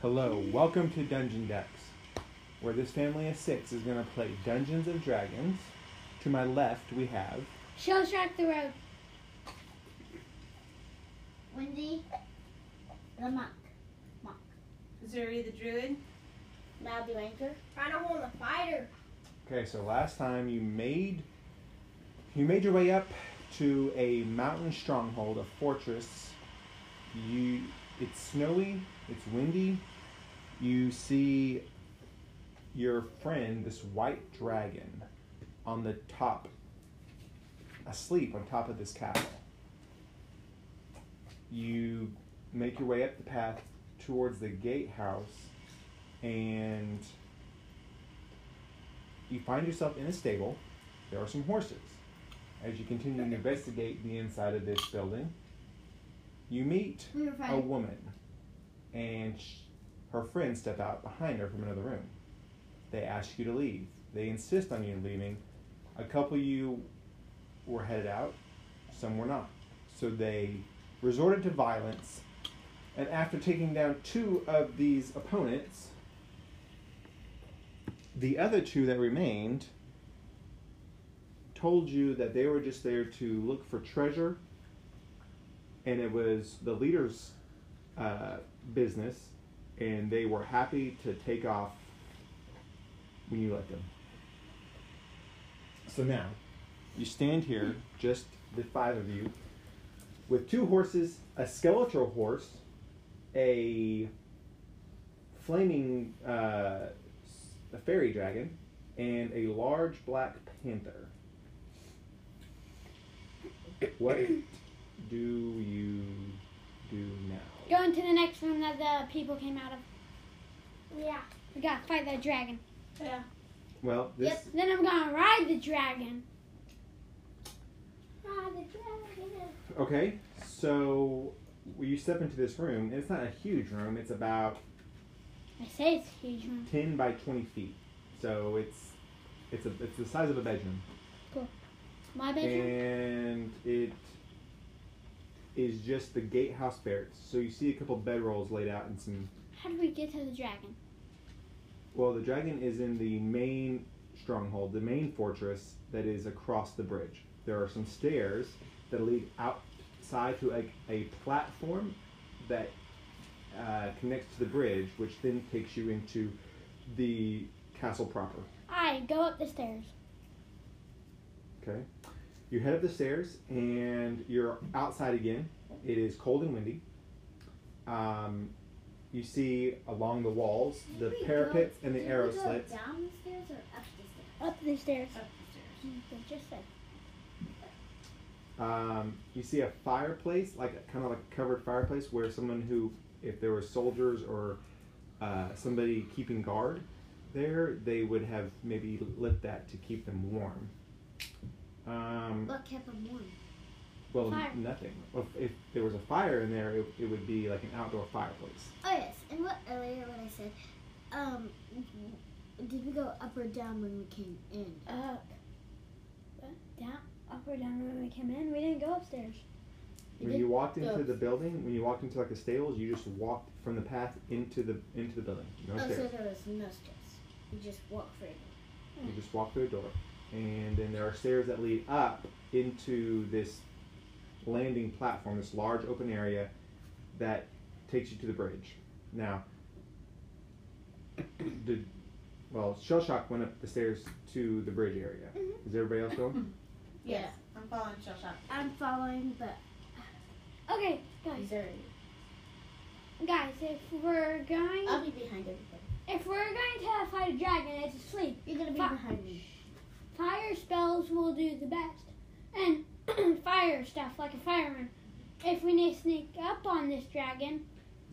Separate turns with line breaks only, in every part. Hello, welcome to Dungeon Dex, where this family of six is going to play Dungeons of Dragons. To my left, we have.
Shell Shock the Road.
Wendy, the monk.
Zuri the Druid.
Now the anchor.
Find a hole in the fighter.
Okay, so last time you made. You made your way up to a mountain stronghold, a fortress. You. It's snowy, it's windy. You see your friend, this white dragon, on the top, asleep on top of this castle. You make your way up the path towards the gatehouse, and you find yourself in a stable. There are some horses. As you continue to investigate the inside of this building, you meet
I'm gonna find
a woman, and sh- her friends step out behind her from another room. They ask you to leave. They insist on you leaving. A couple of you were headed out, some were not. So they resorted to violence, and after taking down two of these opponents, the other two that remained told you that they were just there to look for treasure and it was the leader's uh, business, and they were happy to take off when you let them. So now, you stand here, just the five of you, with two horses, a skeletal horse, a flaming uh, s- a fairy dragon, and a large black panther. What do you do now?
Go into the next room that the people came out of.
Yeah.
We gotta fight that dragon.
Yeah.
Well, this
Then I'm gonna ride the dragon.
Ah, the dragon.
okay. So when you step into this room, and it's not a huge room. It's about
I say it's a huge room.
ten by twenty feet. So it's it's a it's the size of a bedroom,
My bedroom.
and it is just the gatehouse barracks. So you see a couple bedrolls laid out and some.
How do we get to the dragon?
Well, the dragon is in the main stronghold, the main fortress that is across the bridge. There are some stairs that lead outside to a, a platform that uh, connects to the bridge, which then takes you into the castle proper.
I go up the stairs.
Okay. You head up the stairs and you're outside again. It is cold and windy. Um, you see along the walls the parapets and the arrow slits.
Down the stairs or up
Up the
the stairs?
stairs.
up the stairs.
They Just said.
Um, you see a fireplace, like kind of like a covered fireplace, where someone who, if there were soldiers or uh, somebody keeping guard there, they would have maybe lit that to keep them warm. Um,
What kept them warm?
well,
Fire.
nothing. If, if there was a fire in there, it, it would be like an outdoor fireplace.
Oh yes, and what earlier when I said, um, did we go up or down when we came in?
Up. What? Down. Up or Uh, down when we came in. We didn't go upstairs.
When you walked into the building, when you walked into like the stables, you just walked from the path into the into the building. No
Oh, so
stairs.
there was no stairs. We just walked through.
You just walk through a door, and then there are stairs that lead up into this landing platform, this large open area that takes you to the bridge. Now, did well, Shell Shock went up the stairs to the bridge area.
Mm-hmm.
Mhm.
Is everybody else going?
Yes. I'm following Shell Shock.
I'm following, but
Okay, guys.
Missouri.
Guys, if we're going,
I'll be behind everybody.
if we're going to fight a dragon, it's asleep.
You're gonna be
Fi-
behind me.
Fire spells will do the best. And fire stuff, like a fireman. If we need to sneak up on this dragon,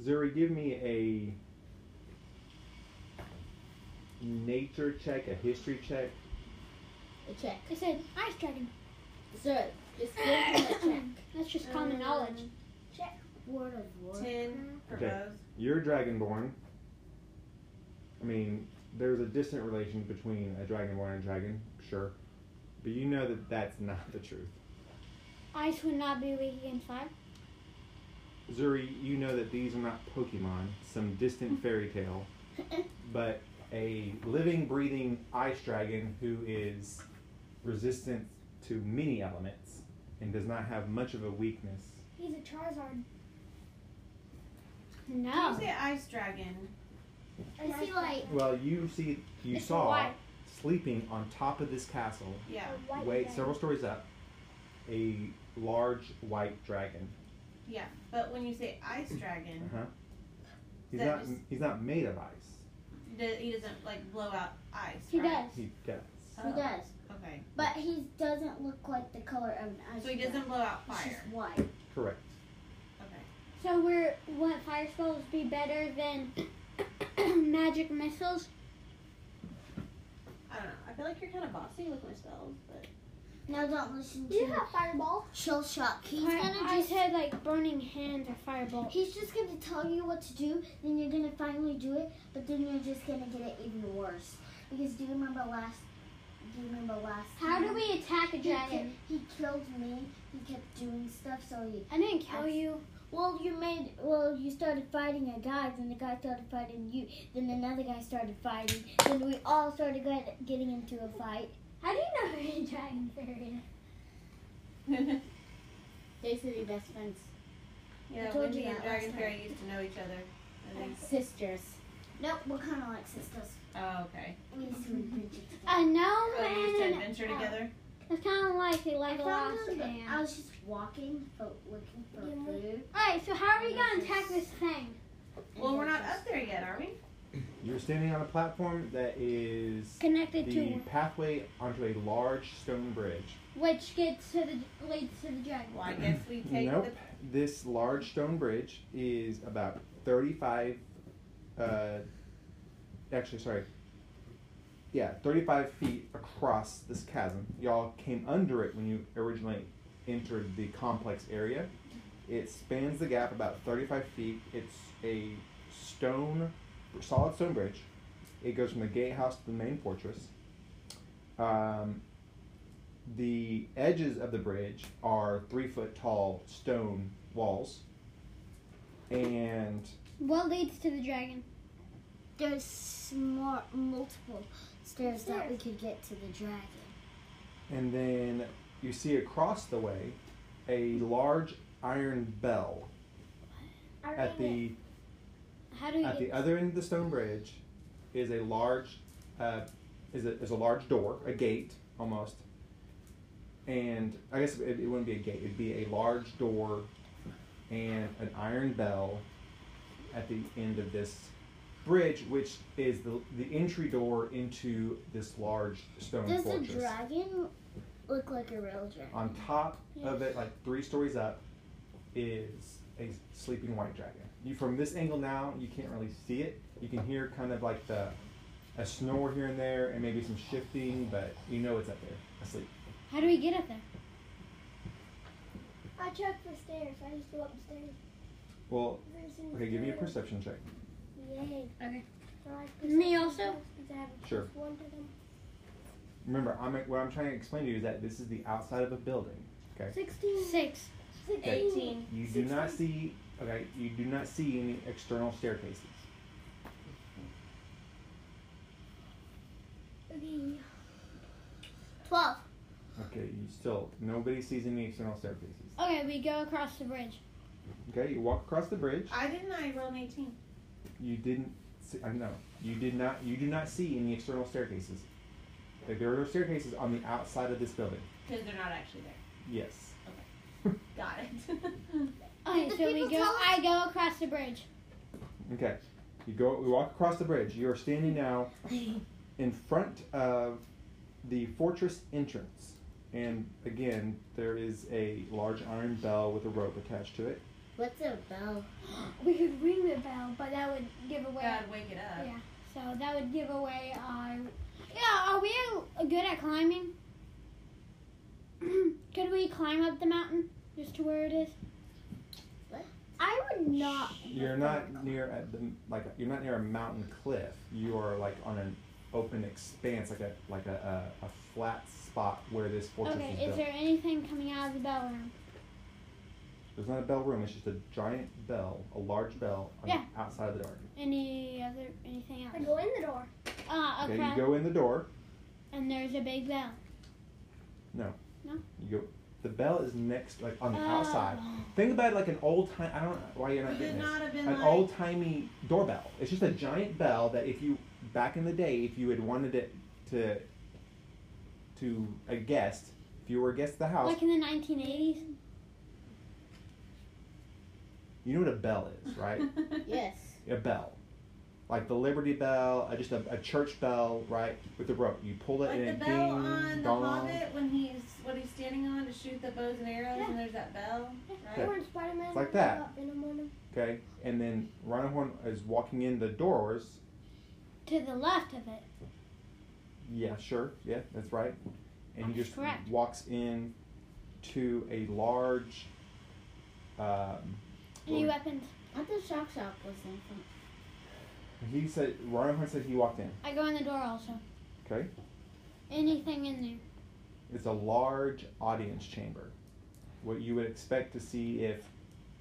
Zuri, give me a nature check, a history check.
A check.
I said ice dragon.
Missouri. Just give them
That's just common
Um,
knowledge.
a word of war.
Ten for
Okay.
both.
You're dragonborn. I mean, there's a distant relation between a dragonborn and a dragon, sure. But you know that that's not the truth.
Ice would not be weak against fire.
Zuri, you know that these are not Pokemon, some distant fairy tale, but a living, breathing ice dragon who is resistant to many elements and does not have much of a weakness.
He's a Charizard.
Can
No.
you say ice dragon?
I see like
Well, you see, you
It's
saw
white.
sleeping on top of this castle,
Yeah.
A white
wait,
dragon.
several stories up, a large white dragon.
Yeah. But when you say ice dragon,
Uh-huh. He's
That
not.
just-
He's not made of ice.
do- he doesn't like blow out ice.
He
right?
does.
He does.
he
Oh,
does,
Okay.
but he doesn't look like the color of an ice.
So he doesn't
dragon.
blow out
It's
fire.
just white.
Correct.
Okay.
So we're wouldn't fire spells be better than magic missiles?
I don't know. I feel like you're kind of bossy with my spells, but
No, don't listen to
You
him.
have fireball.
Chill shock. He's
I,
gonna
I
just
said like burning hands or fireball.
he's just gonna tell you what to do. Then you're gonna finally do it, but then you're just gonna get it even worse. Because do you remember last? Do you remember last?
How do
time?
we attack a
He, ki-
dragon?
he killed me. He kept doing stuff, so he.
I didn't kill you.
Well, you made. Well, you started fighting a guy, then the guy started fighting you, then another guy started fighting, then we all started get- getting into a fight.
How do you know you're a dragon fairy?
They used to be best friends.
yeah,
told
Wendy
you
and
that last
Dragon Fairy used to know each other. I think.
Sisters.
Nope, we're kind of like sisters.
Oh, okay.
We used to adventure
A gnome
Oh, you used to
and an
adventure together.
It's kind of like they like a
together.
lost man.
I was just walking, for, looking for
Yeah.
food.
Alright, so how are we gonna attack this thing?
and
Well,
then
we're not
just-
up there yet, are we?
You're standing on a platform that is
Connected to
the pathway onto a large stone bridge.
which gets to the leads to the dragon.
Well, I guess we take
nope.
the.
This large stone bridge is about 35. Uh, actually, sorry. Yeah, 35 feet across this chasm. Y'all came under it when you originally entered the complex area. It spans the gap about 35 feet. It's a stone, solid stone bridge. It goes from the gatehouse to the main fortress. Um, the edges of the bridge are three foot tall stone walls. And
What leads to the dragon?
There's more multiple stairs that we could get to the dragon.
and then you see across the way a large iron bell at the
How do we
at
get
the other end of the stone bridge is a large uh, is, a, is a large door a gate almost and i guess it, it wouldn't be a gate it'd be a large door and an iron bell at the end of this bridge which is the, the entry door into this large stone
Does the
fortress
dragon look like a real dragon?
on top of it, like three stories up, is a sleeping white dragon. You from this angle now, you can't really see it. You can hear kind of like the a snore here and there, and maybe some shifting, but you know it's up there asleep.
how do we get up there?
I checked the stairs. I just go up the stairs.
Well,
There's no
okay, give me a
stairs.
perception check.
Yay.
Okay.
I like
Me
perception
also?
checks because I have a
Sure.
plus One to them.
Remember, I'm what I'm trying to explain to you is that this is the outside of a building.
Sixteen.
Six.
Sixteen.
Eighteen.
You do not see okay, you do not see any external staircases.
Okay.
Twelve.
Okay, you still nobody sees any external staircases.
Okay, we go across the bridge.
Okay, you walk across the bridge.
I didn't. I rolled an eighteen.
You didn't. See, I know. You did not. You do not see any external staircases. Like there are no staircases on the outside of this building.
Because they're not actually there.
Yes.
Got it.
Okay,
the
so we
people
go.
tell us-
I go across the bridge.
Okay. You go. We walk across the bridge. You are standing now in front of the fortress entrance, and again there is a large iron bell with a rope attached to it.
What's a bell?
We could ring the bell, but that would give away.
God, wake it up.
Yeah. So that would give away our. Yeah. Are we good at climbing? could we climb up the mountain just to where it is?
I would not.
You're not near at the like. You're not near a mountain cliff. You are like on an open expanse, like a like a a, a flat spot where this fortress
okay.
is
Is
built.
there anything coming out of the bell room?
There's not a bell room. It's just a giant bell, a large bell on
Yeah.
outside of the door.
Any other anything
I
else?
go in the door.
Uh,
Okay.
okay.
You go in the door.
And there's a big bell.
You go. The bell is next, like on the outside.
Oh.
Think about it like an old time. I don't know why you're not
You
getting
would
this.
not have been
An
like.
old timey doorbell. It's just a giant bell that if you back in the day, if you had wanted it to to a guest, if you were a guest at the house,
Like in the 1980s.
you know what a bell is, right?
Yes.
a bell, like the Liberty Bell, uh, just a, a church bell, right? With the rope, you pull it
Like
in.
the
and
bell
ding,
on The
dong.
Hobbit when he's what he's standing on to shoot the bows and arrows,
Yeah.
and there's that bell, right?
Or in Spider-Man.
Like that.
uh, Venom on him.
Okay, and then Rhinohorn is walking in the doors.
To the left of it.
Yeah, sure. Yeah, that's right. And he
That's
just
correct.
walks in to a large. Um,
Any
Or-
weapons?
I thought Shock Shock was in front.
he said Rhinohorn said he walked in.
I go in the door also.
Okay.
Anything in there?
It's a large audience chamber. What you would expect to see if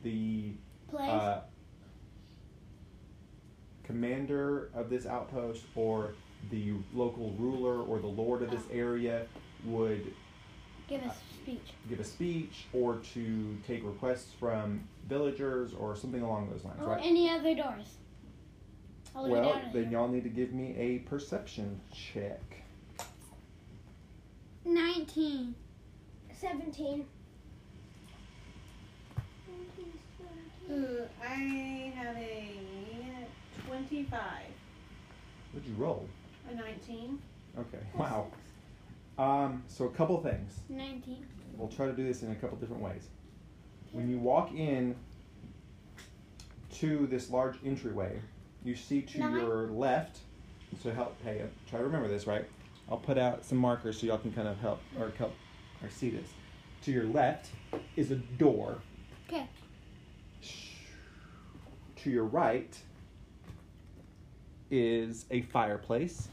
the
Place?
uh, commander of this outpost or the local ruler or the lord of this area would
Give us a speech.
give a speech or to take requests from villagers or something along those lines,
Or
right?
any other doors. I'll look
Well,
down at
then
you.
Oh, y'all need to give me a perception check.
19.
17.
Ooh, I have a twenty-five,
What'd you roll?
a nineteen.
Okay. Wow. Um, so a couple things.
19.
We'll try to do this in a couple different ways. When you walk in to this large entryway, you see to
Nine.
your left. So help. Hey, uh, try to remember this, right? I'll put out some markers so y'all can kind of help or help or see this. To your left is a door.
'Kay.
To your right is a fireplace.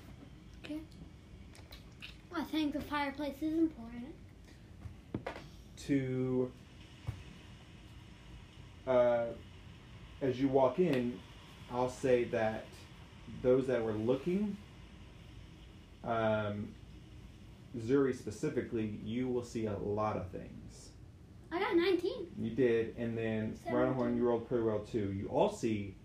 I think the fireplace is important.
to uh, as you walk in i'll say that those that were looking um, zuri specifically you will see a lot of things
I got 19.
you did and then Rhinohorn, you rolled pretty well too you all see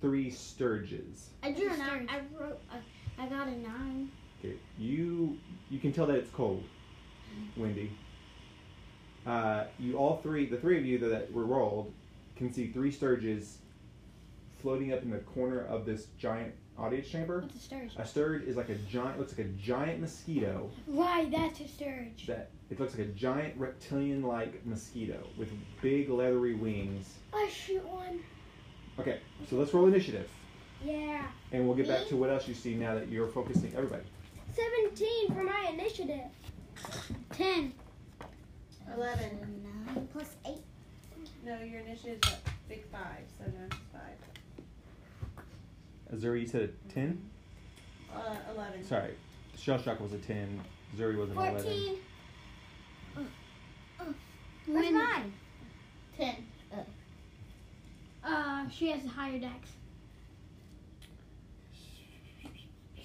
three sturges
I drew a nine.
Disturbed.
I wrote. a- I got a nine.
Okay, you you can tell that it's cold, Wendy. Uh, you all three, the three of you that were rolled, can see three sturges floating up in the corner of this giant audience chamber.
What's a sturge?
A sturge is like a giant, looks like a giant mosquito.
Right, that's a sturge.
That it looks like a giant reptilian-like mosquito with big leathery wings.
I shoot one.
Okay, so let's roll initiative,
Yeah.
and we'll get back to what else you see now that you're focusing. Everybody,
17 for my initiative.
10.
Eleven.
Nine plus eight.
No, your initiative's a big five, so no, it's five.
Azuri, you said a ten.
Uh, eleven.
Sorry, Shell Shock was a 10, Zuri was an 11.
14.
Where's
When-
mine? Ten.
Uh, she has a higher dex.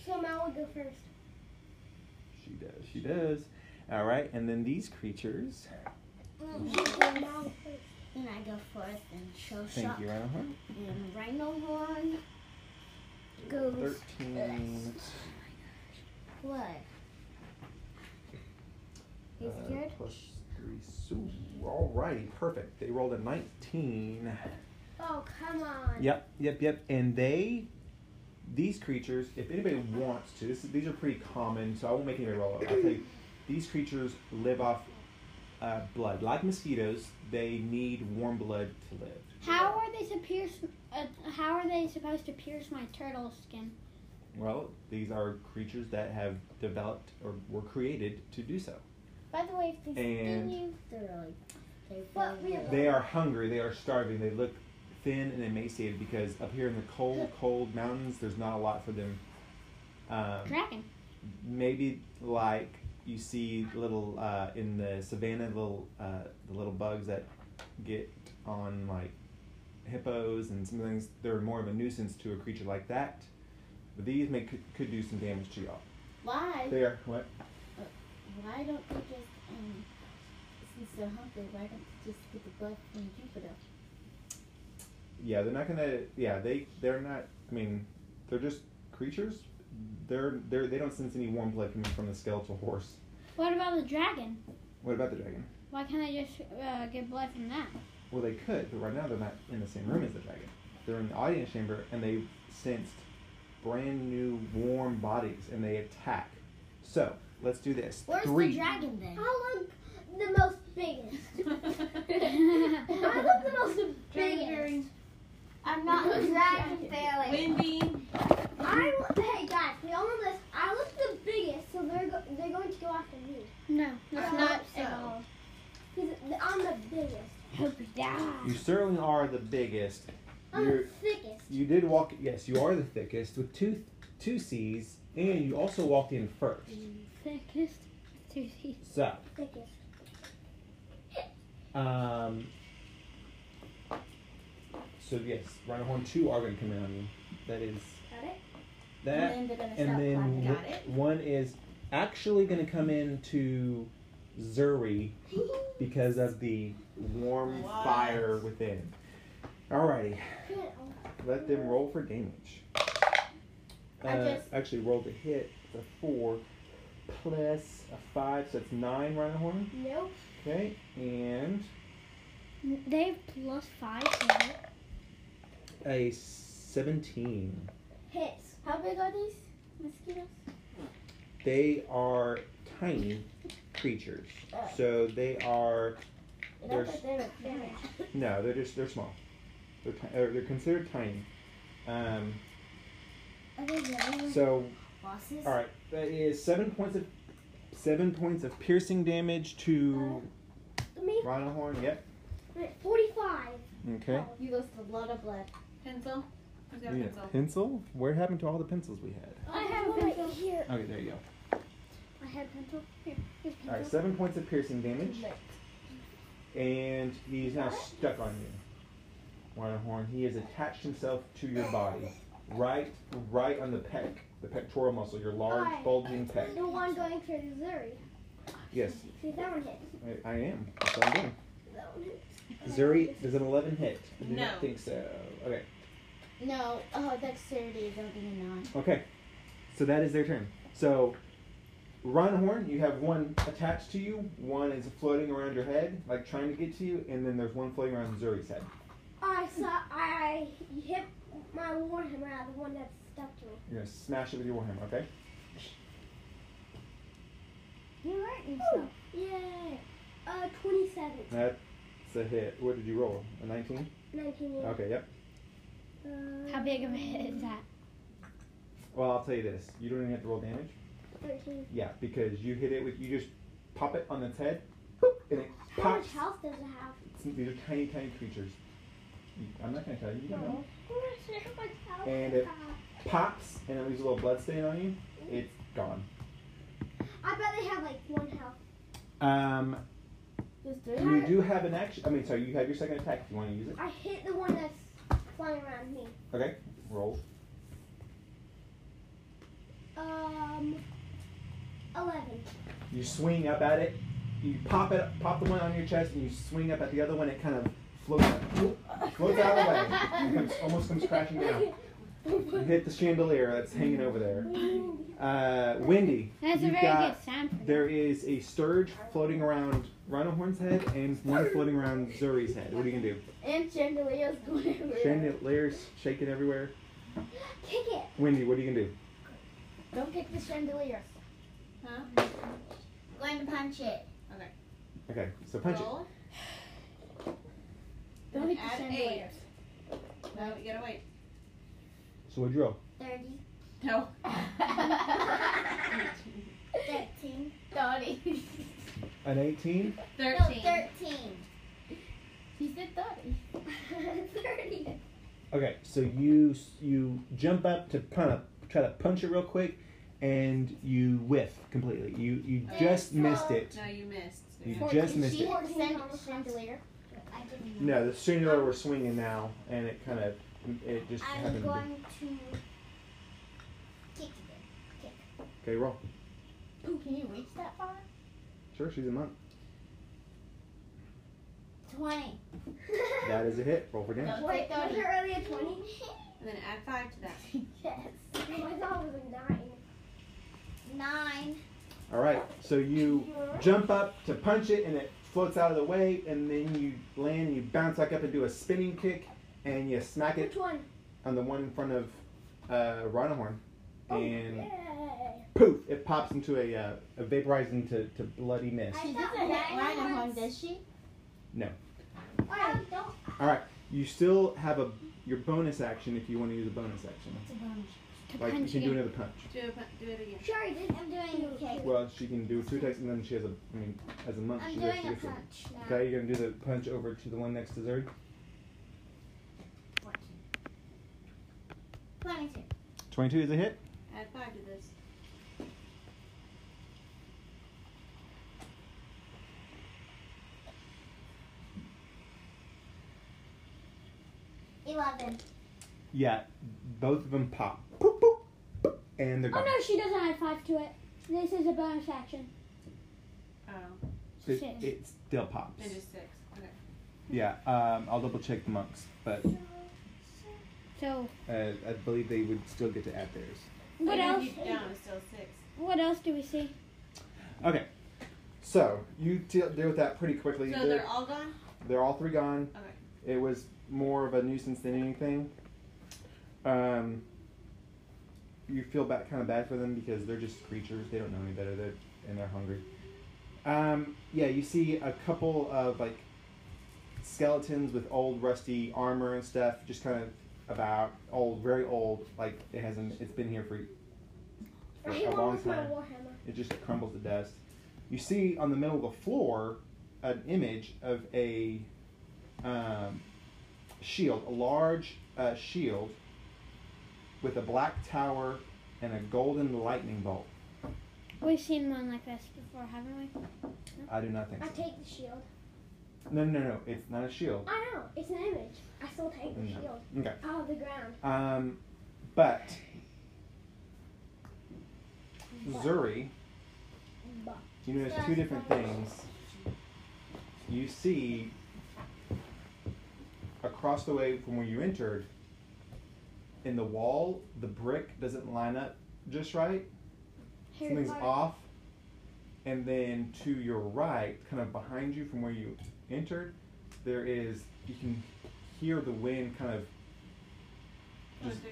So Mal will go first.
She does, she does. All right, and then these creatures.
Mal will first.
Then I go fourth and show
Thank
shock
you, uh-huh. Rhinohorn.
and rhino horn goes
13.
what? You
uh,
scared?
plus 3. So, all righty, perfect. They rolled a 19.
Oh, come on.
Yep, yep, yep. And they, these creatures, if anybody wants to, this, these are pretty common, so I won't make anybody roll it. I'll tell you, these creatures live off uh, blood. Like mosquitoes, they need warm blood to live.
How are they to pierce? Uh, how are they supposed to pierce my turtle skin?
Well, these are creatures that have developed or were created to do so.
By the way, if they sting
And-
you, they're really. They're
What
really
we-
They are hungry, they are starving, they look thin and emaciated because up here in the cold, cold mountains, there's not a lot for them. Um,
Dragon.
maybe like you see little uh, in the savannah, little uh, the little bugs that get on like hippos and some things. They're more of a nuisance to a creature like that. But these may could, could do some damage to y'all.
Why?
They are what?
Why don't they just um? Since they're hungry, why don't they just get the blood from Jupiter?
Yeah, they're not gonna. Yeah, they they're not. I mean, they're just creatures. They're they're they don't sense any warm blood coming from the skeletal horse.
What about the dragon?
What about the dragon?
Why can't I just uh, get blood from that?
Well, they could, but right now they're not in the same room as the dragon. They're in the audience chamber, and they sensed brand new warm bodies, and they attack. So let's do this.
Where's
Three.
the dragon then?
I look the most biggest. I
I
look the most biggest.
I'm not
the
Uh,
dragon
dragon
fairy.
Windy.
I look, hey guys, we all know this. I look the biggest, so they're go, they're going to go after me.
No, that's
I
not
hope uh, so.
at all.
Cause I'm the biggest.
Hope you die.
You certainly are the biggest.
I'm
You're,
the thickest.
you did walk. Yes, you are the thickest with two two C's, and you also walked in first.
Mm.
Thickest two feet.
So.
Thickest.
Um. So yes, Rhino Horn two are going to come around you. That is
Got it?
that,
they're gonna
and then
clapping.
w-
Got it.
one is actually going to come into Zuri because of the warm
What?
fire within. Alrighty, let them roll for damage. Uh,
I just-
actually rolled a hit, a four plus a five, so that's nine Rhino Horn.
Nope.
Okay, and
They have plus five to it.
a seventeen.
Hits.
How big are these mosquitoes?
They are tiny creatures.
Oh.
So they are
It
They're
looked like they were big.
no, they're just they're small. They're ti- or they're considered tiny. Um,
Are they really
so
bosses?
all right, that is seven points of seven points of piercing damage to
Uh,
Me?
Rhino Horn. Yep.
Forty-five.
Oh,
Okay.
You lost a lot of blood.
Pencil. Who's got a
You need a
pencil?
pencil? What happened to all the pencils we had?
I have a pencil.
here.
Okay, there you go.
I had pencil. Here, here's
All right,
pencil.
seven points of piercing damage, and he's now stuck on you, Rhino Horn. He has attached himself to your body, right, right on the pec, the pectoral muscle, your large
Alright.
bulging pec.
The one going for Zuri.
Yes,
See, that one hits.
I, I am. That's what I'm doing.
That one hits.
Zuri does an 11 hit. I do
No.
not think so. Okay.
No, oh, dexterity is only a nine.
Okay. So that is their turn. So, Rhino Horn, you have one attached to you, one is floating around your head, like trying to get to you, and then there's one floating around Zuri's head.
I saw. I hit my warhammer out, the one that's stuck to me.
You're gonna smash it with your warhammer. Okay.
You hurt yourself.
Yay. Uh, 27.
That's a hit. What did you roll? A 19?
19 years.
Okay, yep.
Uh,
How big of a hit is that?
Well, I'll tell you this. You don't even have to roll damage.
13.
Yeah, because you hit it with, you just pop it on its head, boop, and it
How much
pops.
health does it have?
These are tiny, tiny creatures. You- I'm not gonna tell you. You don't know.
How much health
And
does
it-
have?
Pops, and it leaves a little blood stain on you. It's gone.
I bet they have like one health.
Um,
Just three?
you do have an action. I mean, sorry, you have your second attack. If you want to use it,
I hit the one that's flying around me.
roll.
Um, 11.
You swing up at it. You pop it, pop the one on your chest, and you swing up at the other one. It kind of floats, up, floats out of the way. It comes, almost comes crashing down. You hit the chandelier that's hanging over there. Uh, Wendy,
That's a
You've
very
got-
good sound for
there is a sturge floating around Rhino Horn's head and one floating around Zuri's head. What are you gonna do?
And chandelier's going everywhere.
Chandelier's shaking everywhere.
Kick it.
Wendy, what are you gonna do?
Don't kick the chandelier.
Huh?
Going to punch it.
Okay, so punch
Roll.
Don't hit the
Add
chandelier.
No, you gotta wait.
it. So what'd you roll?
Thirty.
No.
Thirteen. Thirty.
An 18?
No,
13.
thirteen. He said thirty.
30.
Okay, so you you jump up to kind of try to punch it real quick, and you whiff completely. You you
Okay.
just missed it.
No, you missed.
You
Yeah.
just missed
she
it.
hit the chan- chandelier.
I didn't know.
No, the singular we're swinging now, and it kind of it just
I'm
happened. to be-
going to kick it.
Okay, roll.
Ooh, can you reach that far?
Sure, she's a monk.
20.
That is a hit. Roll for damage.
Wait, was it earlier 20?
And then add five to that.
yes. I thought it was a 9. 9.
All right, so you jump up to punch it, and it floats out of the way, and then you land, and you bounce back up and do a spinning kick, and you smack it
Which one?
on the one in front of uh, Rhinohorn,
Oh,
and
Yay.
poof, it pops into a, uh, a vaporizing to, to bloody mist.
I
She
thought
doesn't hit
Rhino
Rhino Horn,
was-
does she?
I Oh, don't.
You still have a your bonus action if you want to use a bonus action. Like you can do another punch.
Do it, do it again.
Sure, I did. I'm doing a kick.
Well, she can do two attacks, and then she has a. I mean, as a monk,
I'm
she
doing
she
a
gets a-
punch now.
Okay, you're gonna do the punch over to the one next to Zerd.
22.
Twenty-two is a hit.
Add five to this.
Eleven.
Yeah, both of them pop. Poop, poop, poop, and they're
Oh
gone.
no, she doesn't add five to it. This is a bonus action.
Oh,
It,
Six.
it still pops.
then just six. Okay.
Yeah, um, I'll double check the monks, but uh,
So
I believe they would still get to add theirs.
what
Even
else?
if you- No, it's still six.
What else do we see?
So you deal, deal with that pretty quickly.
So they're all gone?
They're all three gone.
Okay.
It was more of a nuisance than anything. Um, you feel bad, kind of bad for them because they're just creatures. They don't know any better. They're, and they're hungry. Um, yeah, you see a couple of like skeletons with old rusty armor and stuff, just kind of about old, very old. Like it hasn't, it's been here for, for
I
a long
almost my
time.
warhammer.
It just crumbles to dust. You see on the middle of the floor an image of a um, shield, a large uh, shield with a black tower and a golden lightning bolt.
We've seen one like this before, haven't we?
I do not think
I
so.
take the shield.
No, no, no, it's not a shield.
I know. It's an image. I still take the
No.
shield.
Okay.
Out of the ground.
Um, but Zuri,
But.
you notice two different things. You see across the way from where you entered, in the wall, the brick doesn't line up just right.
Harry
Something's
Potter.
off. And then to your right, kind of behind you from where you entered, there is, you can hear the wind kind of just mm.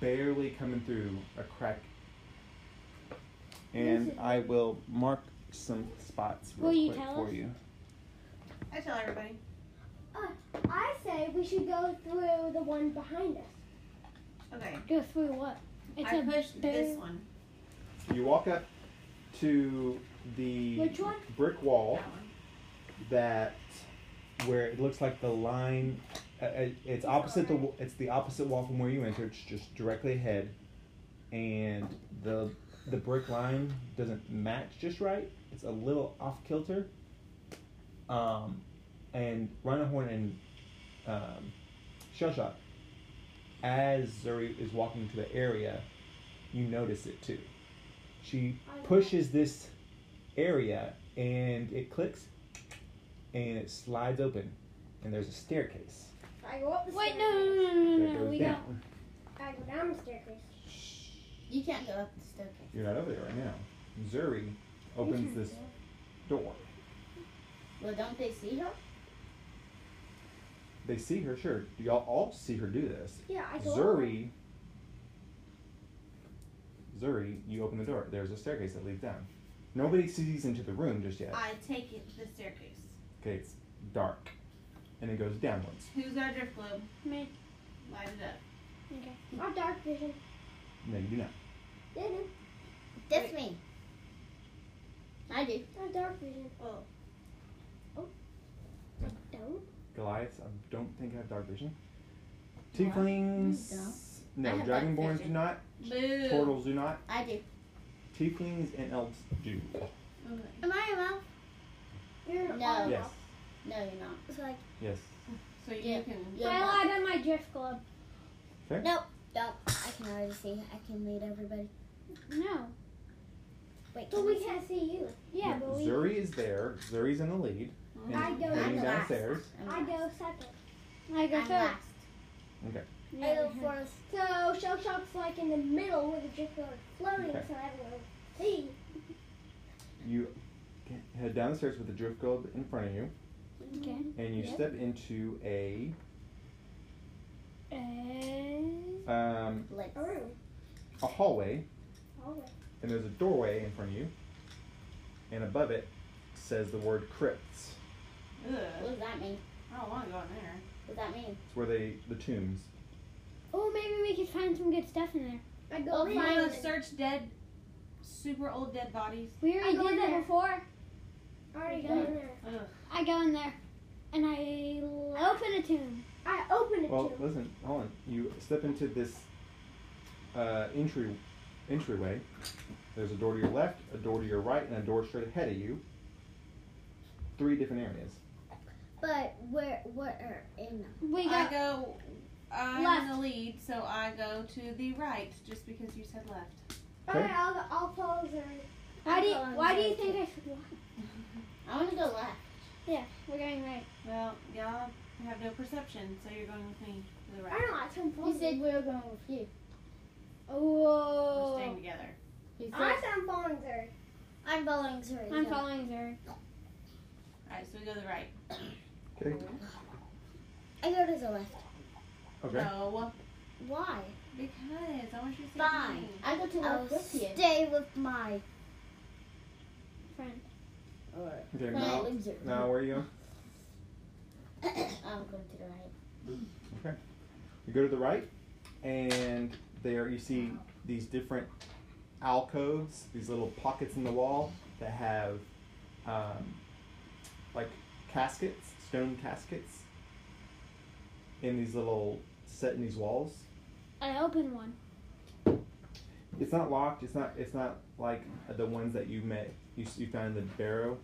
barely coming through a crack. And I will mark some spots real
Will you
quick
tell
for
us?
you.
I tell everybody.
I say we should go through the one behind us.
Okay.
Go through what? It's
I
a
pushed
bear-
this one.
You walk up to the
Which one?
brick wall
That one.
that where it looks like the line uh, uh, it's opposite the wa- it's the opposite wall from where you entered, it's just directly ahead and the the brick line doesn't match just right. It's a little off kilter. Um and Rhinohorn and um, Shellshock, as Zuri is walking to the area, you notice it too. She pushes this area and it clicks and it slides open and there's a staircase
I go up the
Wait, no,
staircase.
no,
that
no, no, no.
goes
Mm-hmm, We
down.
got.
I go down the staircase.
You can't go up the staircase.
You're not over there right now. Zuri opens this door.
Well, don't they see her?
They see her, sure. Do Y'all all see her do this.
Yeah, I go.
Zuri. Zuri, you open the door. There's a staircase that leads down. Nobody sees into the room just yet.
I take it the staircase.
Okay, it's dark. And it goes downwards.
Who's got a drift globe?
Me.
Light it up.
I have dark vision.
No, you do not.
Yeah, no,
That's me. I do.
I have dark vision.
Oh.
Oh.
Well,
Don't.
Goliath, I don't think I have dark vision. Tieflings.
I
No,
have dark
dragonborns do
vision.
not.
boo.
Turtles do not.
I do.
Tieflings and elves do.
Okay.
Am I a mouth? You're an
No.
all
Yes.
mouth.
No, you're not.
So like,
Yes.
So you
Yeah.
can.
Yeah.
I lied on my drift club.
Don't. I can already see. I can lead everybody.
No.
Wait.
but we can't see you.
Yeah, but we.
Zuri is there. Zuri's in the lead. And
I go
heading
last.
downstairs.
I go second.
I go
I'm
first.
last.
I
Yeah.
go first. So Shell Shock's like in the middle with the drift road floating,
Okay.
so everyone will see.
You head downstairs with the drift globe in front of you,
Okay.
and you
Yep.
step into a
And
um,
Let's.
A room.
a hallway,
Hallway.
and there's a doorway in front of you, and above it says the word crypts.
What
Ugh.
does that mean?
I don't want to go in there.
What does that mean?
It's where they the tombs.
oh, maybe we could find some good stuff in there.
I go
Well,
in.
mine-
Wanna search dead, super old dead bodies.
We already
I go
did
in
that
there.
before.
I already go in there.
Ugh.
I go in there, and I l- open a tomb.
I open it
Well,
too.
listen, hold on. You step into this uh, entry entryway. There's a door to your left, a door to your right, and a door straight ahead of you. Three different areas.
But where? What are in them?
We got
I go. I'm
Left.
in the lead, so I go to the right, just because you said left.
Alright, I'll, go- I'll follow Zuri.
Why do you,
Hold on,
why do you
wait.
think I should walk?
I want to go left.
We're going right.
Well, y'all have no perception, so you're going with me to the
I
right.
don't know, I turned
You
following.
said we were going with you.
We're
Oh,
staying together.
You said
I said I'm following Zuri.
I'm following Zuri.
I'm
so-
following her.
All right, so we go to the right.
Okay.
I go to the left.
Okay.
No,
Why?
because I want you to see
Fine.
me.
I go to the
I'll
left.
with you.
Stay with my.
Friend.
Or
Okay.
Uh,
Now,
Zuri.
now where are you? going?
I'm going to the right.
You go to the right, and there you see these different alcoves, these little pockets in the wall that have um, like caskets, stone caskets, in these little set in these walls.
I open one.
It's not locked. It's not. It's not like the ones that you met. You, s- you found in the barrow.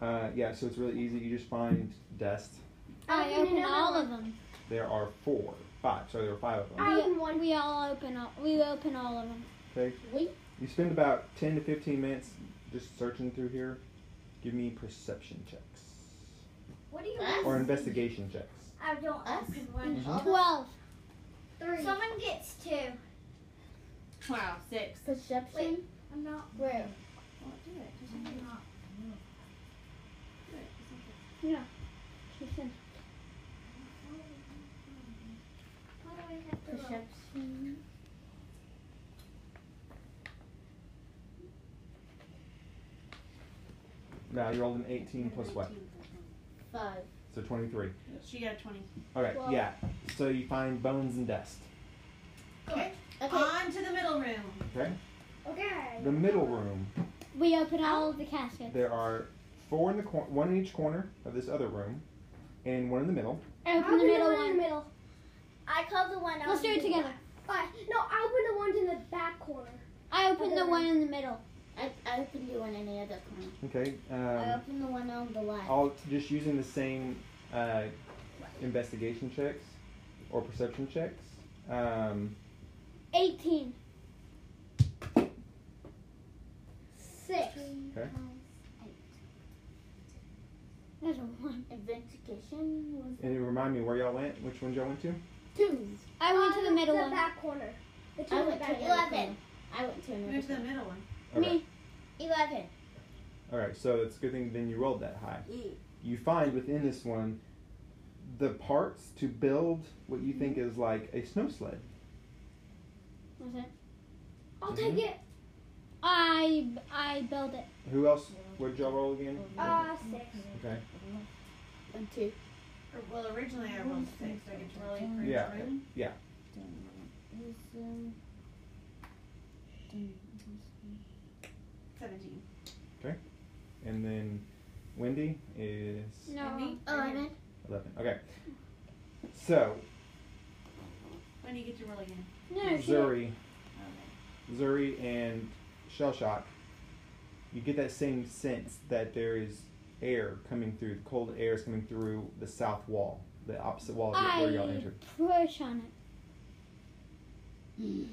Uh, yeah. So it's really easy. You just find dust.
I open
another
all
one.
of them.
There are four, five. Sorry, there are five of them.
I
we,
open one.
We all open all. We open all of them.
Okay.
We-
You spend about 10 to 15 minutes just searching through here. Give me perception checks.
What do you
Huh?
want?
Or investigation checks.
I don't
Us?
open one.
Mhm.
Twelve.
Three.
Someone gets two.
Wow, six.
Perception.
Wait. I'm not.
Where?
Well, do it. Just do it. Do it. Just do it.
She said,
Why do I have to look?
Perception.
Now you rolled an 18 plus what?
Five.
So 23.
She got a 20.
Okay,
Well-
yeah. So you find bones and dust.
Okay.
On to the middle room.
Okay?
Okay.
The middle room,
We open all of the caskets.
there are four in the corner, one in each corner of this other room, and one in the middle.
I
I'll
open the
be
middle
one in the
one.
middle.
I call the one.
Let's do it together.
Alright, no, I open the ones in the back corner.
I open the
Okay.
one in the middle.
I, I opened the one in the other corner.
Okay?
I
Um,
opened the one on the left.
all just using the same uh, investigation checks or perception checks. Um,
Eighteen.
Six.
Okay.
That's a one.
Investigation was
and remind me where y'all went, which ones y'all went to?
two.
I went to the middle
the
one.
back corner. The two
I
in the
went
back
to
corner.
eleven. I went to another.
Move to the
corner.
middle one.
Okay.
Me.
Eleven.
All right, so it's a good thing then you rolled that high.
Mm.
You find within this one the parts to build what you think is like a snow sled.
Was it?
I'll take it.
I I built it.
Who else? What did y'all roll again?
Uh, six.
Okay.
And two.
Or- Well, originally I rolled six. I get to roll eight for each
Yeah.
room.
um,
Seventeen.
And then Wendy is
And me?
No.
Oh, I meant
11. Okay. So,
When do you get to roll again?
No. She didn't.
Zuri, Zuri and Shell Shock, you get that same sense that there is air coming through. The cold air is coming through the south wall, the opposite wall of where y'all
I
entered.
push on it.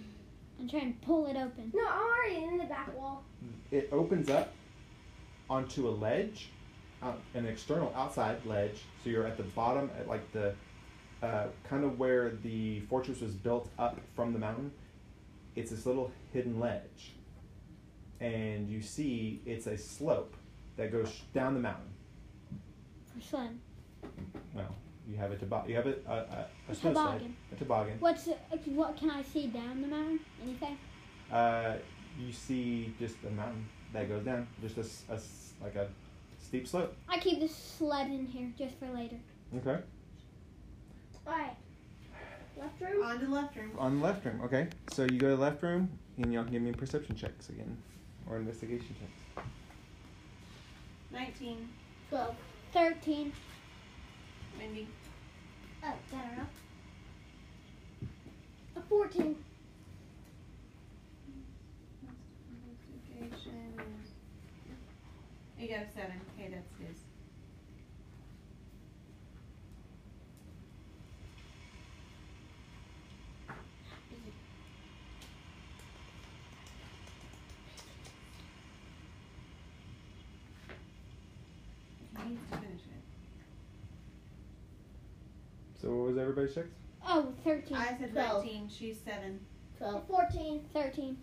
And try and pull it open.
No, I'm already in the back wall.
It opens up onto a ledge, out, an external outside ledge. So you're at the bottom, at like the uh, kind of where the fortress was built up from the mountain. It's this little hidden ledge, and you see it's a slope that goes down the mountain.
For Slim.
Well, you have a tobog- you have a, a, a, a
A
snow sled,
toboggan.
a toboggan.
What's what can I see down the mountain? Anything?
Uh, you see just a mountain that goes down, just a, s- a s- like a steep slope.
I keep this sled in here just for later.
Okay.
Alright. Left room?
On to the left room.
On the left room. Okay. So you go to the left room, and y'all can give me perception checks again, or investigation checks.
19.
Twelve.
Thirteen.
Mindy.
Oh, I don't know. A 14.
Investigation. You got a 7. Okay, that's his. He needs to finish it.
So what was everybody's checks?
Oh, 13.
I said
Twelve.
19, she's 7.
A
Oh.
Twelve.
14.
13.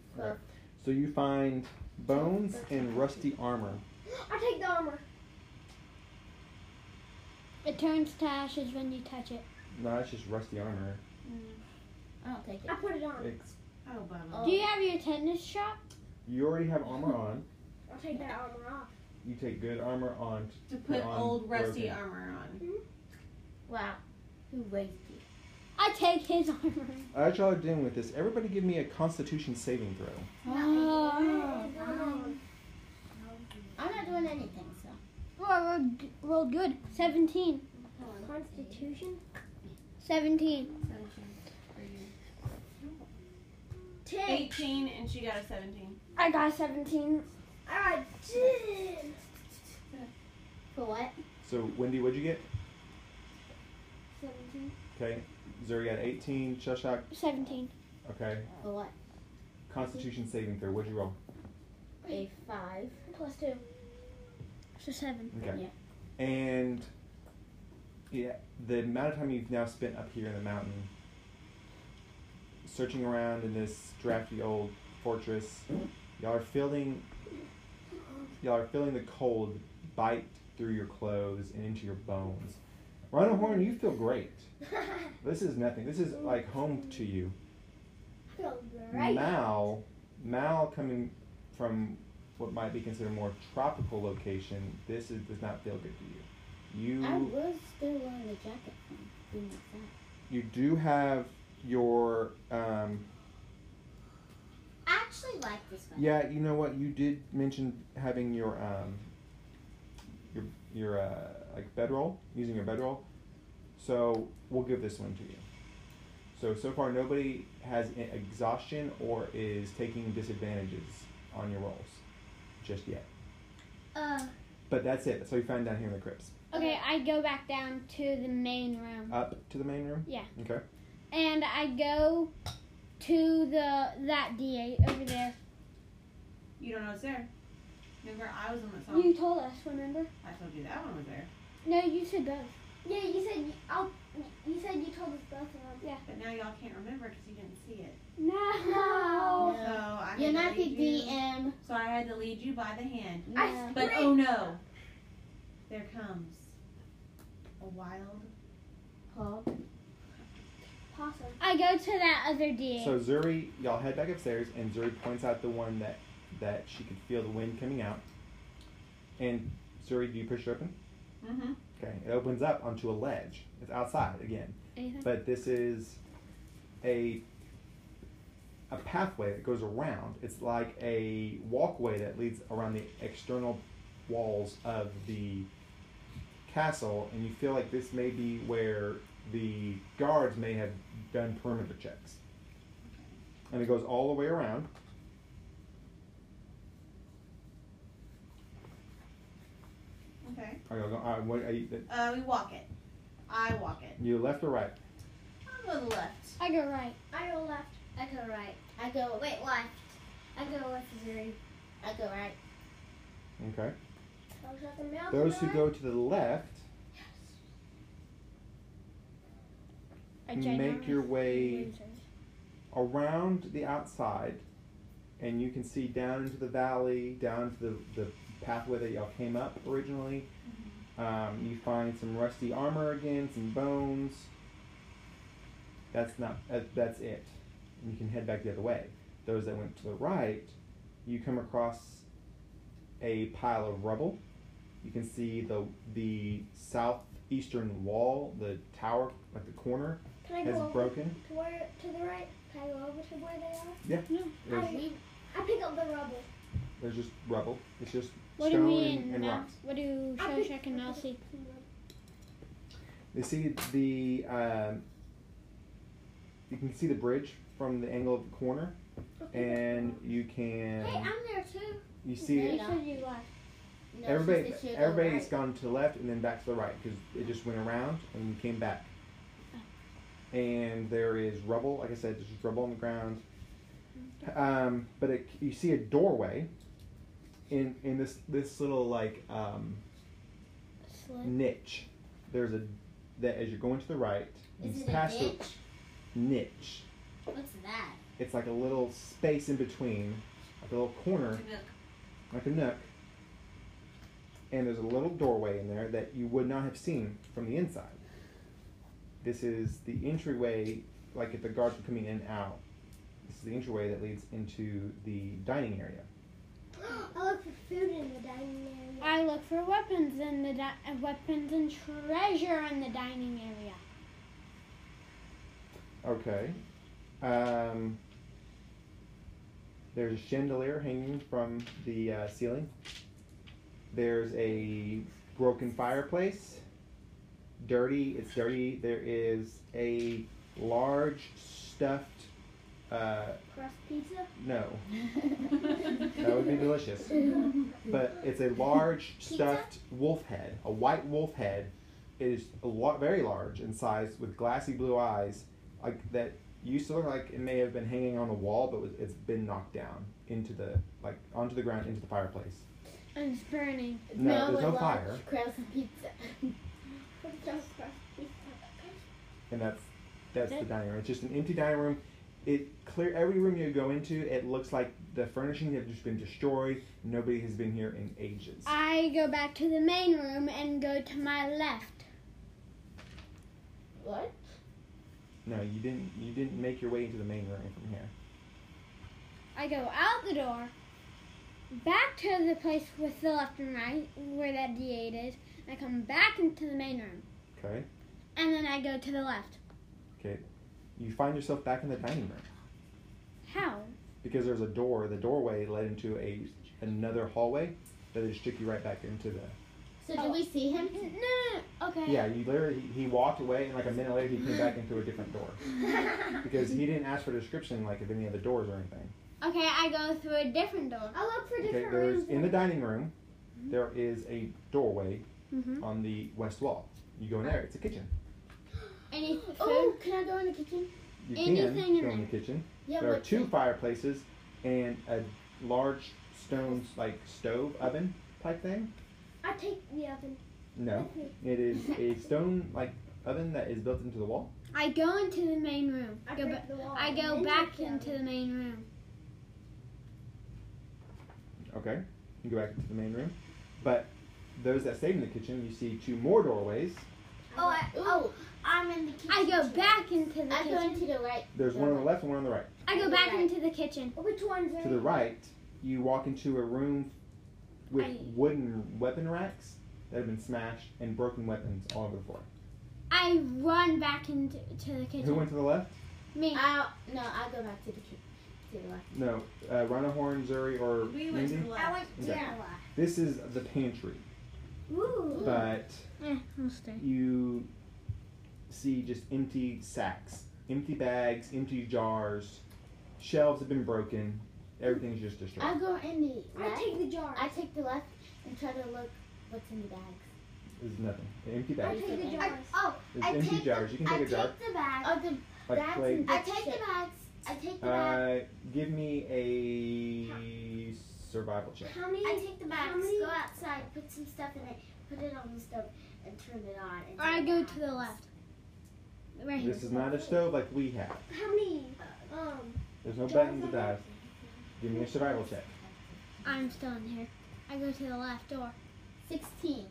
So you find bones and rusty armor.
I take the armor.
It turns to ashes when you touch it.
No, it's just rusty armor.
I'll take it.
I put it on.
It's
Oh, bummer.
Oh.
Do you have your tetanus shot?
you already have armor on.
I'll take that armor off.
You take good armor on.
To put
on
old rusty
broken.
armor on.
Wow. Who raised you?
I take his armor.
As y'all are dealing with this, everybody give me a Constitution saving throw.
Oh.
I'm not doing anything, so.
Oh, I rolled, rolled good. 17.
Constitution?
17.
17 for you. 18 and she got a 17.
I got 17.
I did.
For what?
So Wendy, what'd you get?
17.
Okay. Zuri got 18. Sheshak,
17.
okay.
For what?
Constitution saving throw. What'd you roll?
A five.
Plus 2.
So 7.
Okay. And yeah, the amount of time you've now spent up here in the mountain, searching around in this drafty old fortress, y'all are feeling y'all are feeling the cold bite through your clothes and into your bones. Rhino Horn, you feel great. This is nothing. This is like home to you.
Feel great.
Mal, Mal coming from what might be considered a more tropical location, this is, does not feel good to you.
I
You
was still wearing the jacket from being outside.
you do have your um,
I actually like this one.
yeah. You know what? You did mention having your um, your your uh, like bedroll using your bedroll. So we'll give this one to you. So so far nobody has e- exhaustion or is taking disadvantages on your rolls just yet.
Um,
Uh,
But that's it. That's all you found down here in the crypts.
Okay, I go back down to the main room.
Up to the main room.
Yeah.
Okay.
And I go to the that D8 over there.
You don't know it's there. Remember, I was the one that saw
You told us, remember?
I told you that one was there.
No, you said both.
Yeah, you said you, I'll, you said you told us both of them.
But now y'all can't remember because you didn't see it.
No.
So I
Oh. you're
had
not
to
the
lead you.
DM.
So I had to lead you by the hand.
I
Yeah.
But
Great.
oh no, there comes a wild.
Hog.
Possum.
I go to that other D8.
So Zuri, y'all head back upstairs, and Zuri points out the one that that she could feel the wind coming out. And Zuri, do you push it open?
Mm-hmm.
Okay. It opens up onto a ledge. It's outside again,
Anything?
but this is a a pathway that goes around. It's like a walkway that leads around the external walls of the castle, and you feel like this may be where the guards may have done perimeter checks. And it goes all the way around.
Okay.
Are you, uh, what, are you,
Uh, we walk it. I walk it.
you left or right?
I'm going left.
I go right.
I go left.
I go right. I go
Wait, why?
I go left Missouri. I go right.
Okay.
I was at the mountain
Those who
line.
go to the left,
A
make your way
ginormous loser.
around the outside, and you can see down into the valley, down to the, the pathway that y'all came up originally. Um, you find some rusty armor again, some bones. That's not. That, that's it. And you can head back the other way. Those that went to the right, you come across a pile of rubble. You can see the the southeastern wall, the tower, like the corner,
Can I
has
go over
broken.
to where to the right? Can I go over to where they are?
There's,
I, I pick up the rubble.
there's just rubble. It's just
What do
stone
we
and,
and,
and
Mouse?
rocks.
What do
I
Shawshank and
I
Mouse see?
You see the um, you can see the bridge from the angle of the corner, and you can
Hey, I'm there too.
you see
They
it.
should you left.
No, she
Everybody,
said she would go
everybody's
right.
gone to the left and then back to the right because it just went around and came back. And there is rubble, like I said, there's just rubble on the ground. Um, but it, you see a doorway in in this this little like um,
Slip.
niche. There's a that as you're going to the right,
Is
it's
it a
past
ditch?
the niche.
What's that?
It's like a little space in between, like a little corner, like a nook. And there's a little doorway in there that you would not have seen from the inside. This is the entryway, like if the guards were coming in and out. This is the entryway that leads into the dining area.
I look for food in the dining area.
I look for weapons in the di- uh, weapons and treasure in the dining area.
Okay. Um, there's a chandelier hanging from the uh, ceiling. There's a broken fireplace. Dirty, it's dirty. There is a large stuffed, uh,
Crust pizza.
no, that would be delicious. But it's a large stuffed wolf head, a white wolf head. It is a lot, very large in size with glassy blue eyes, like that used to look like it may have been hanging on the wall, but was, it's been knocked down into the like onto the ground into the fireplace.
And it's burning.
No,
Mel
there's
would
no
love
fire,
Kraus pizza.
Just crust pizza.
and that's that's the
That-
dining room. It's just an empty dining room. It clear every room you go into. It looks like the furnishings have just been destroyed. Nobody has been here in ages.
I go back to the main room and go to my left.
What?
No, you didn't. You didn't make your way into the main room from here.
I go out the door, back to the place with the left and right where that D8 is. I come back into the main room
Okay.
and then I go to the left.
You find yourself back in the dining room
How?
because there's a door. The doorway led into a another hallway that just took you right back into the.
So do we see him?
No, no, no. Okay.
Yeah, you literally he walked away and like a minute later he came back into a different door because he didn't ask for a description like of any of the doors or anything.
Okay, I go through a different door.
I look for
Okay,
different
there's
rooms.
in the dining room there is a doorway
Mm-hmm.
on the west wall. You go in there, it's a kitchen.
Any food?
Oh, can I go in the kitchen?
You
Anything
can
in
go in the
there.
kitchen.
Yeah,
There are
but
two fireplaces and a large stone like stove oven type thing.
I take the oven.
No, it is a stone like oven that is built into the wall.
I go into the main room.
I
Go
break
ba-
the wall.
I
and
go
then
back
take the
into
oven.
the main room.
Okay, you go back into the main room, but those that stayed in the kitchen, you see two more doorways.
Oh, I,
Oh, I'm in the kitchen.
I go
too.
back into the
I go
kitchen.
into the right.
There's one on the left and one on the right.
I go back
Right.
into the kitchen.
Oh,
which one's
To the right, you walk into a room with
I-
wooden weapon racks that have been smashed and broken weapons all over the floor.
I run back into to the
Who
kitchen.
went to the left?
Me.
I'll, no, I'll go back to the kitchen. To the left.
No, uh, Rhinohorn, Zuri, or
We went to
Mindy?
the left.
went
to the Okay. This is the pantry,
Ooh.
but
Eh, I'll stay.
you see just empty sacks, empty bags, empty jars. Shelves have been broken. Everything's just destroyed.
I go in the
I
left.
take the jar.
I take the left and try to look what's in the bags.
is nothing. They're empty
I
bags.
take the
Okay.
jars. Oh,
It's
I
empty
take
jars. You
the,
can
I
take a
take
jar.
the bag.
Oh, the
Like
that's
plate.
I
the
take the
shit.
bags. I take the bag.
Uh, give me a survival check.
How many?
I take the
How
bags,
many?
go outside, put some stuff in it, put it on the stove, and turn it on. and
Or I
turn
go
it
to
on.
the left. Right here.
This is not a stove like we have.
How many? Um.
There's no
Jars
buttons to
are
that. Give me a survival check.
I'm still in here. I go to the left door.
16.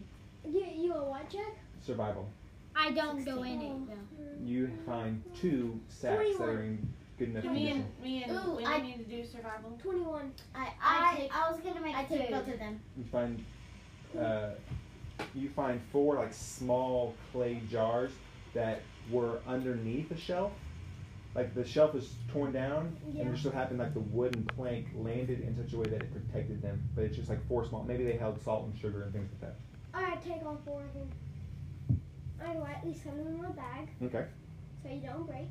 You you a what check?
Survival.
I don't go in it though.
Mm,
You find two sacks that are in good enough
Me and
condition.
me and
Ooh,
Wendy
I-
need to do survival.
Twenty one.
I, I,
I-
take, I was gonna make I take
food.
both of them.
You find uh, you find four like small clay jars that were underneath a shelf. Like the shelf was torn down, and it just so happened like the wooden plank landed in such a way that it protected them. But it's just like four small. Maybe they held salt and sugar and things like
All right, take all four of them. I know at least some of them in a bag,
that. Okay.
so you don't break.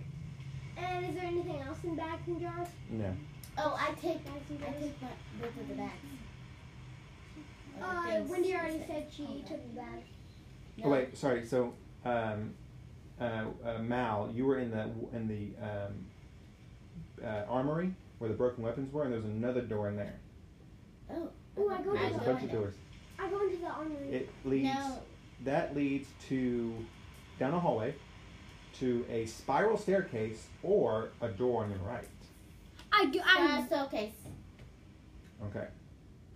And is there anything else in bags and jars?
No.
Oh, I take,
Bags and
I
jars.
take my, both of the bags. Of the
Uh,
things
Wendy
you
already
said.
said she
Oh,
took the bag.
Oh wait, sorry. So, um, uh, uh, Mal, you were in the in the um, uh, armory where the broken weapons were, and there's another door in there.
Oh.
Ooh, I go
I
There's a
into
don't
bunch
know.
of doors.
I go into the armory.
It leads
No.
that leads to down a hallway to a spiral staircase or a door on your right.
I do. I'm.
That's okay.
Okay.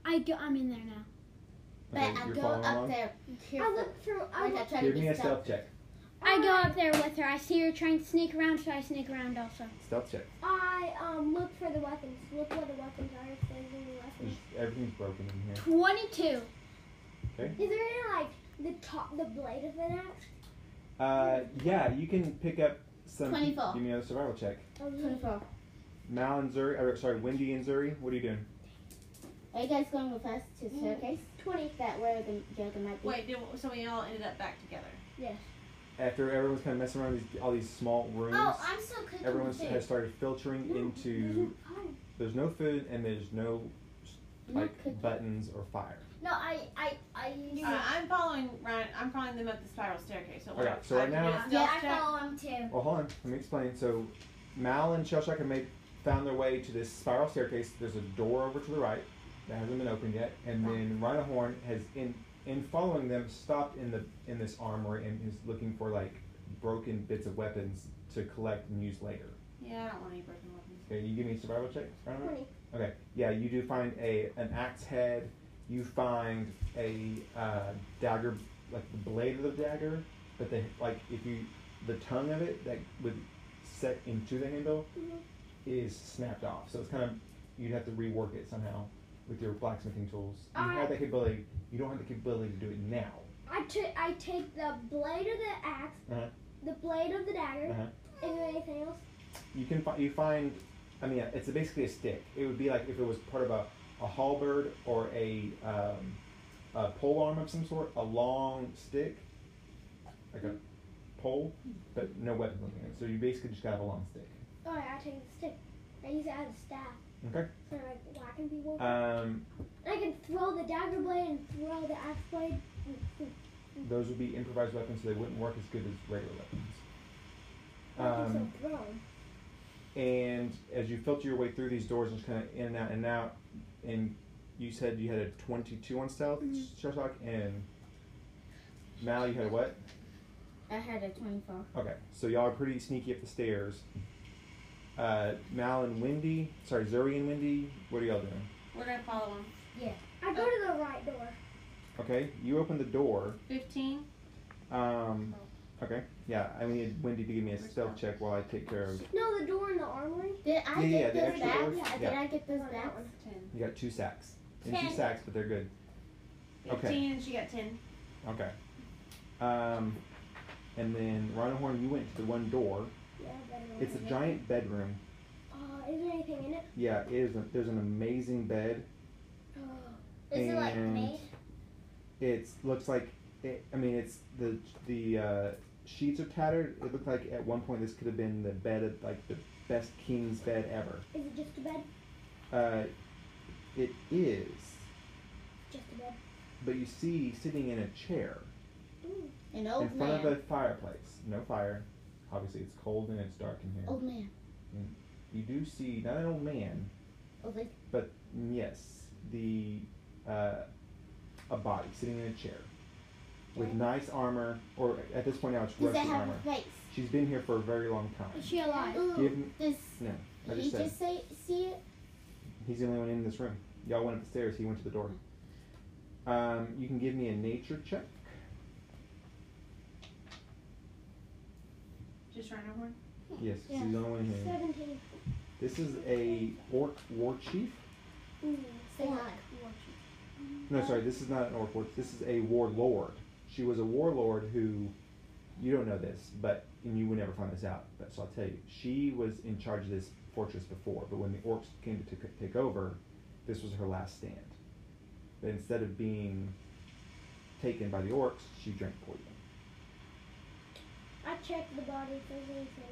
I go. I'm in there now.
But
okay
I
you're
go
following
up
along?
there.
I
Careful.
look through. I
Like I
look,
try
Give
to be
me a
stealth.
stealth check.
I go up there with her. I see her trying to sneak around, so I sneak around also.
Stealth check.
I um look for the weapons. Look what the weapons are. If there's any weapons.
There's- Everything's broken in here.
Twenty-two.
Is there any like the top, the blade of an axe?
Uh, yeah, you can pick up some.
24.
Give me another survival check.
Or the-
24.
Mal and Zuri, or sorry, Wendy and Zuri, what are you doing?
Are you guys going with us to the staircase?
20.
That where the Joker might be.
Wait, did, so we all ended up back together.
After everyone's kind of messing around these, all these small rooms,
Oh, I'm still cooking
everyone
too.
has started filtering
No, there's
into.
no fire.
There's no food and there's no
I'm not
like
cooking.
buttons or fire.
No, I, I, I.
Uh, I'm following Ryan. I'm following them up the spiral staircase. So
Okay,
what-
so right
I can do a
now-
stealth
yeah, I
check.
follow him too.
Well, hold on. Let me explain. So, Mal and Shellshock have made found their way to this spiral staircase. There's a door over to the right that hasn't been opened yet, and then Rhino Horn has in in following them stopped in the in this armory and is looking for like broken bits of weapons to collect and use later.
Yeah, I don't want any broken weapons.
Okay, you give me a survival check. Rhino?
20.
Okay, yeah, you do find a an axe head. You find a uh, dagger, like the blade of the dagger, but the like if you the tongue of it that would set into the handle
Mhm.
is snapped off. So it's kind of you'd have to rework it somehow with your blacksmithing tools. You
Alright.
have the capability. You don't have the capability to do it now.
I ta- I take the blade of the axe,
Uh-huh.
the blade of the dagger.
Uh-huh.
Is there anything else?
You can fi- you find. I mean, it's basically a stick. It would be like if it was part of a, a halberd or a, um, a pole arm of some sort, a long stick, like a pole, but no weapon on it. So you basically just have a long stick.
Oh, yeah, I take the stick. I use it as a staff.
Okay.
So I like whacking people.
Um,
and I can throw the dagger blade and throw the axe blade.
those would be improvised weapons, so they wouldn't work as good as regular weapons.
I can
Um,
still throw 'em.
And as you filter your way through these doors and just kind of in and out and out, and you said you had a 22 on stealth, shell shock, and Mal, you had a what?
I had a 24.
Okay, so y'all are pretty sneaky up the stairs. Uh, Mal and Wendy, sorry, Zuri and Wendy, what are y'all doing?
We're gonna follow them.
I go to the right door.
Okay, you open the door.
Fifteen.
Um, okay, yeah, I need Wendy to give me a stealth check while I take care of.
No, the door in the armory.
Did I
Yeah, yeah,
get
the
those
extra
bags?
doors,
Did
yeah.
I get those
Or that
bags?
one.
Ten.
You got two sacks. And two
Ten.
sacks, but they're good. Okay.
Fifteen, and she got ten.
Okay. Um, and then Rhino Horn, you went to the one door.
Yeah, better
It's a
Mm-hmm.
giant bedroom.
Uh, is there anything in it?
Yeah, it is. A, there's an amazing bed.
Is it like
And
made?
It looks like. It, I mean, it's the the uh, sheets are tattered. It looked like at one point this could have been the bed of like the best king's bed ever.
Is it just a bed?
Uh, it is.
Just a bed.
But you see, sitting in a chair,
An old
in front
Oh, man.
of a fireplace. No fire. Obviously, it's cold and it's dark in here.
Old man.
You do see not an old man,
Old lady.
but mm, yes, the uh, a body sitting in a chair with
Okay.
nice armor, or at this point now it's
Does that
rusty
have
armor.
a face?
She's been here for a very long time.
Is she alive?
Give me,
Does
no, I
he
just said
just say see it?
he's the only one in this room. Y'all went upstairs. He went to the door. Um, you can give me a nature check.
Just rhino horn.
Yes, 'cause he's the only one in here.
Seventeen.
This is a orc war chief.
Mm.
Say hi.
No, sorry, this is not an orc ward. This is a warlord. She was a warlord who, you don't know this, but and you would never find this out. But so I'll tell you, she was in charge of this fortress before. But when the orcs came to take, take over, this was her last stand. But instead of being taken by the orcs, she drank poison.
I checked the body if there's anything.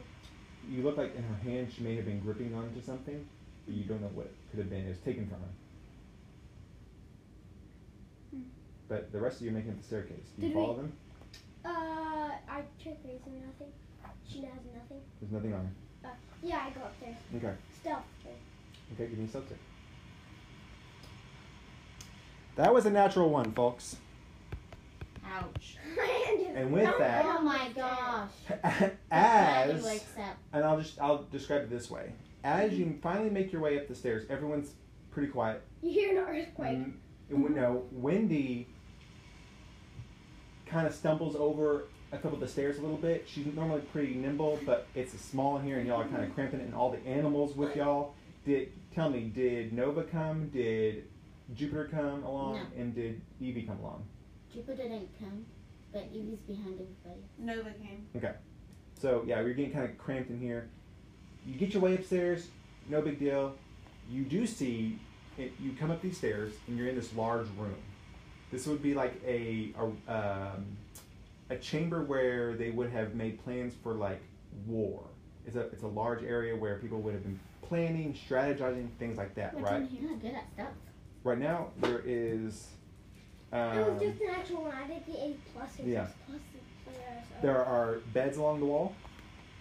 You look like in her hand she may have been gripping onto something, but you don't know what it could have been. It was taken from her. But the rest of you are making up the staircase. Do you
Hmm. Did we-
follow them?
Uh, I checked these and nothing. She has nothing.
There's nothing on
Yeah, I go up there.
her. Okay.
Stealth. check.
Okay, give me a sub check. That was a natural one, folks.
Ouch.
And with that,
Oh my gosh. Daddy
as
wakes up.
and I'll just I'll describe it this way: as you finally make your way up the stairs, everyone's pretty quiet.
You hear an earthquake.
Mm, and we know Wendy kind of stumbles over a couple of the stairs a little bit. She's normally pretty nimble, but it's a small in here, and y'all are kind of cramping it. And all the animals with y'all did. Tell me, did Nova come? Did Jupiter come along?
No.
And did Evie come along?
Jupiter didn't come, but Evie's behind everybody.
Nova came.
So yeah, we're getting kind of cramped in here. You get your way upstairs, no big deal. You do see, it, you come up these stairs and you're in this large room. This would be like a a, um, a chamber where they would have made plans for like war. It's a it's a large area where people would have been planning, strategizing, things like that.
What's
right.
in here? You're not good at stuff.
Right now there is.
I was
Um,
just an actual one. I did the eight plus or
Yeah.
six plus. or- or-
there are beds along the wall,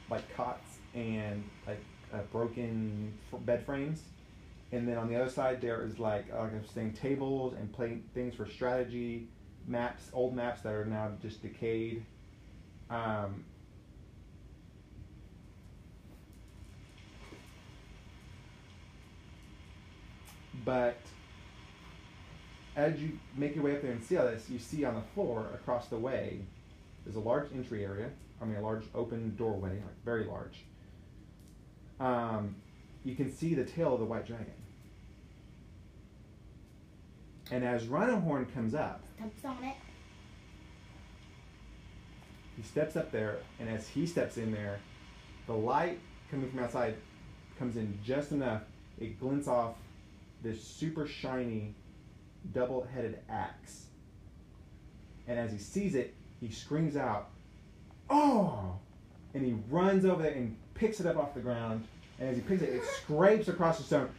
like cots and like uh, broken f- bed frames. And then on the other side, there is like uh, like I was saying, tables and play things for strategy, maps, old maps that are now just decayed. Um, but as you make your way up there and see all this, you see on the floor across the way there's a large entry area. I mean, a large open doorway, like very large. Um, you can see the tail of the white dragon. And as Rhino Horn comes up,
Stumps on it.
he steps up there, and as he steps in there, the light coming from outside comes in just enough. It glints off this super shiny double headed axe. And as he sees it, he screams out, Oh! And he runs over there and picks it up off the ground. And as he picks it, it scrapes across the stone.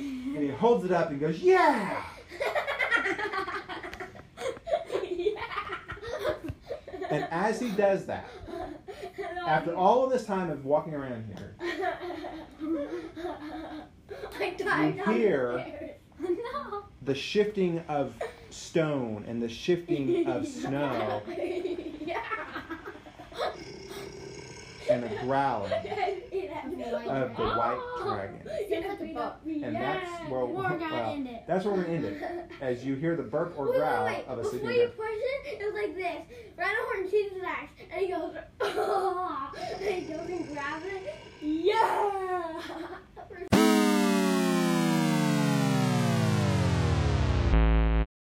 And he holds it up and goes, Yeah! And as he does that, after all of this time of walking around here,
I died.
You hear-
downstairs.
no.
the shifting of stone and the shifting of snow and the growling of the white
Oh,
dragon.
Sounds like a book.
And that's where
We're gonna
well,
end it.
that's where we're gonna end it. As you hear the burp or growl of a
Before
sleeping
you
bear.
push it, it was like this. Rhino horn sees his axe and he goes, oh, and he goes and grabs it. Yeah.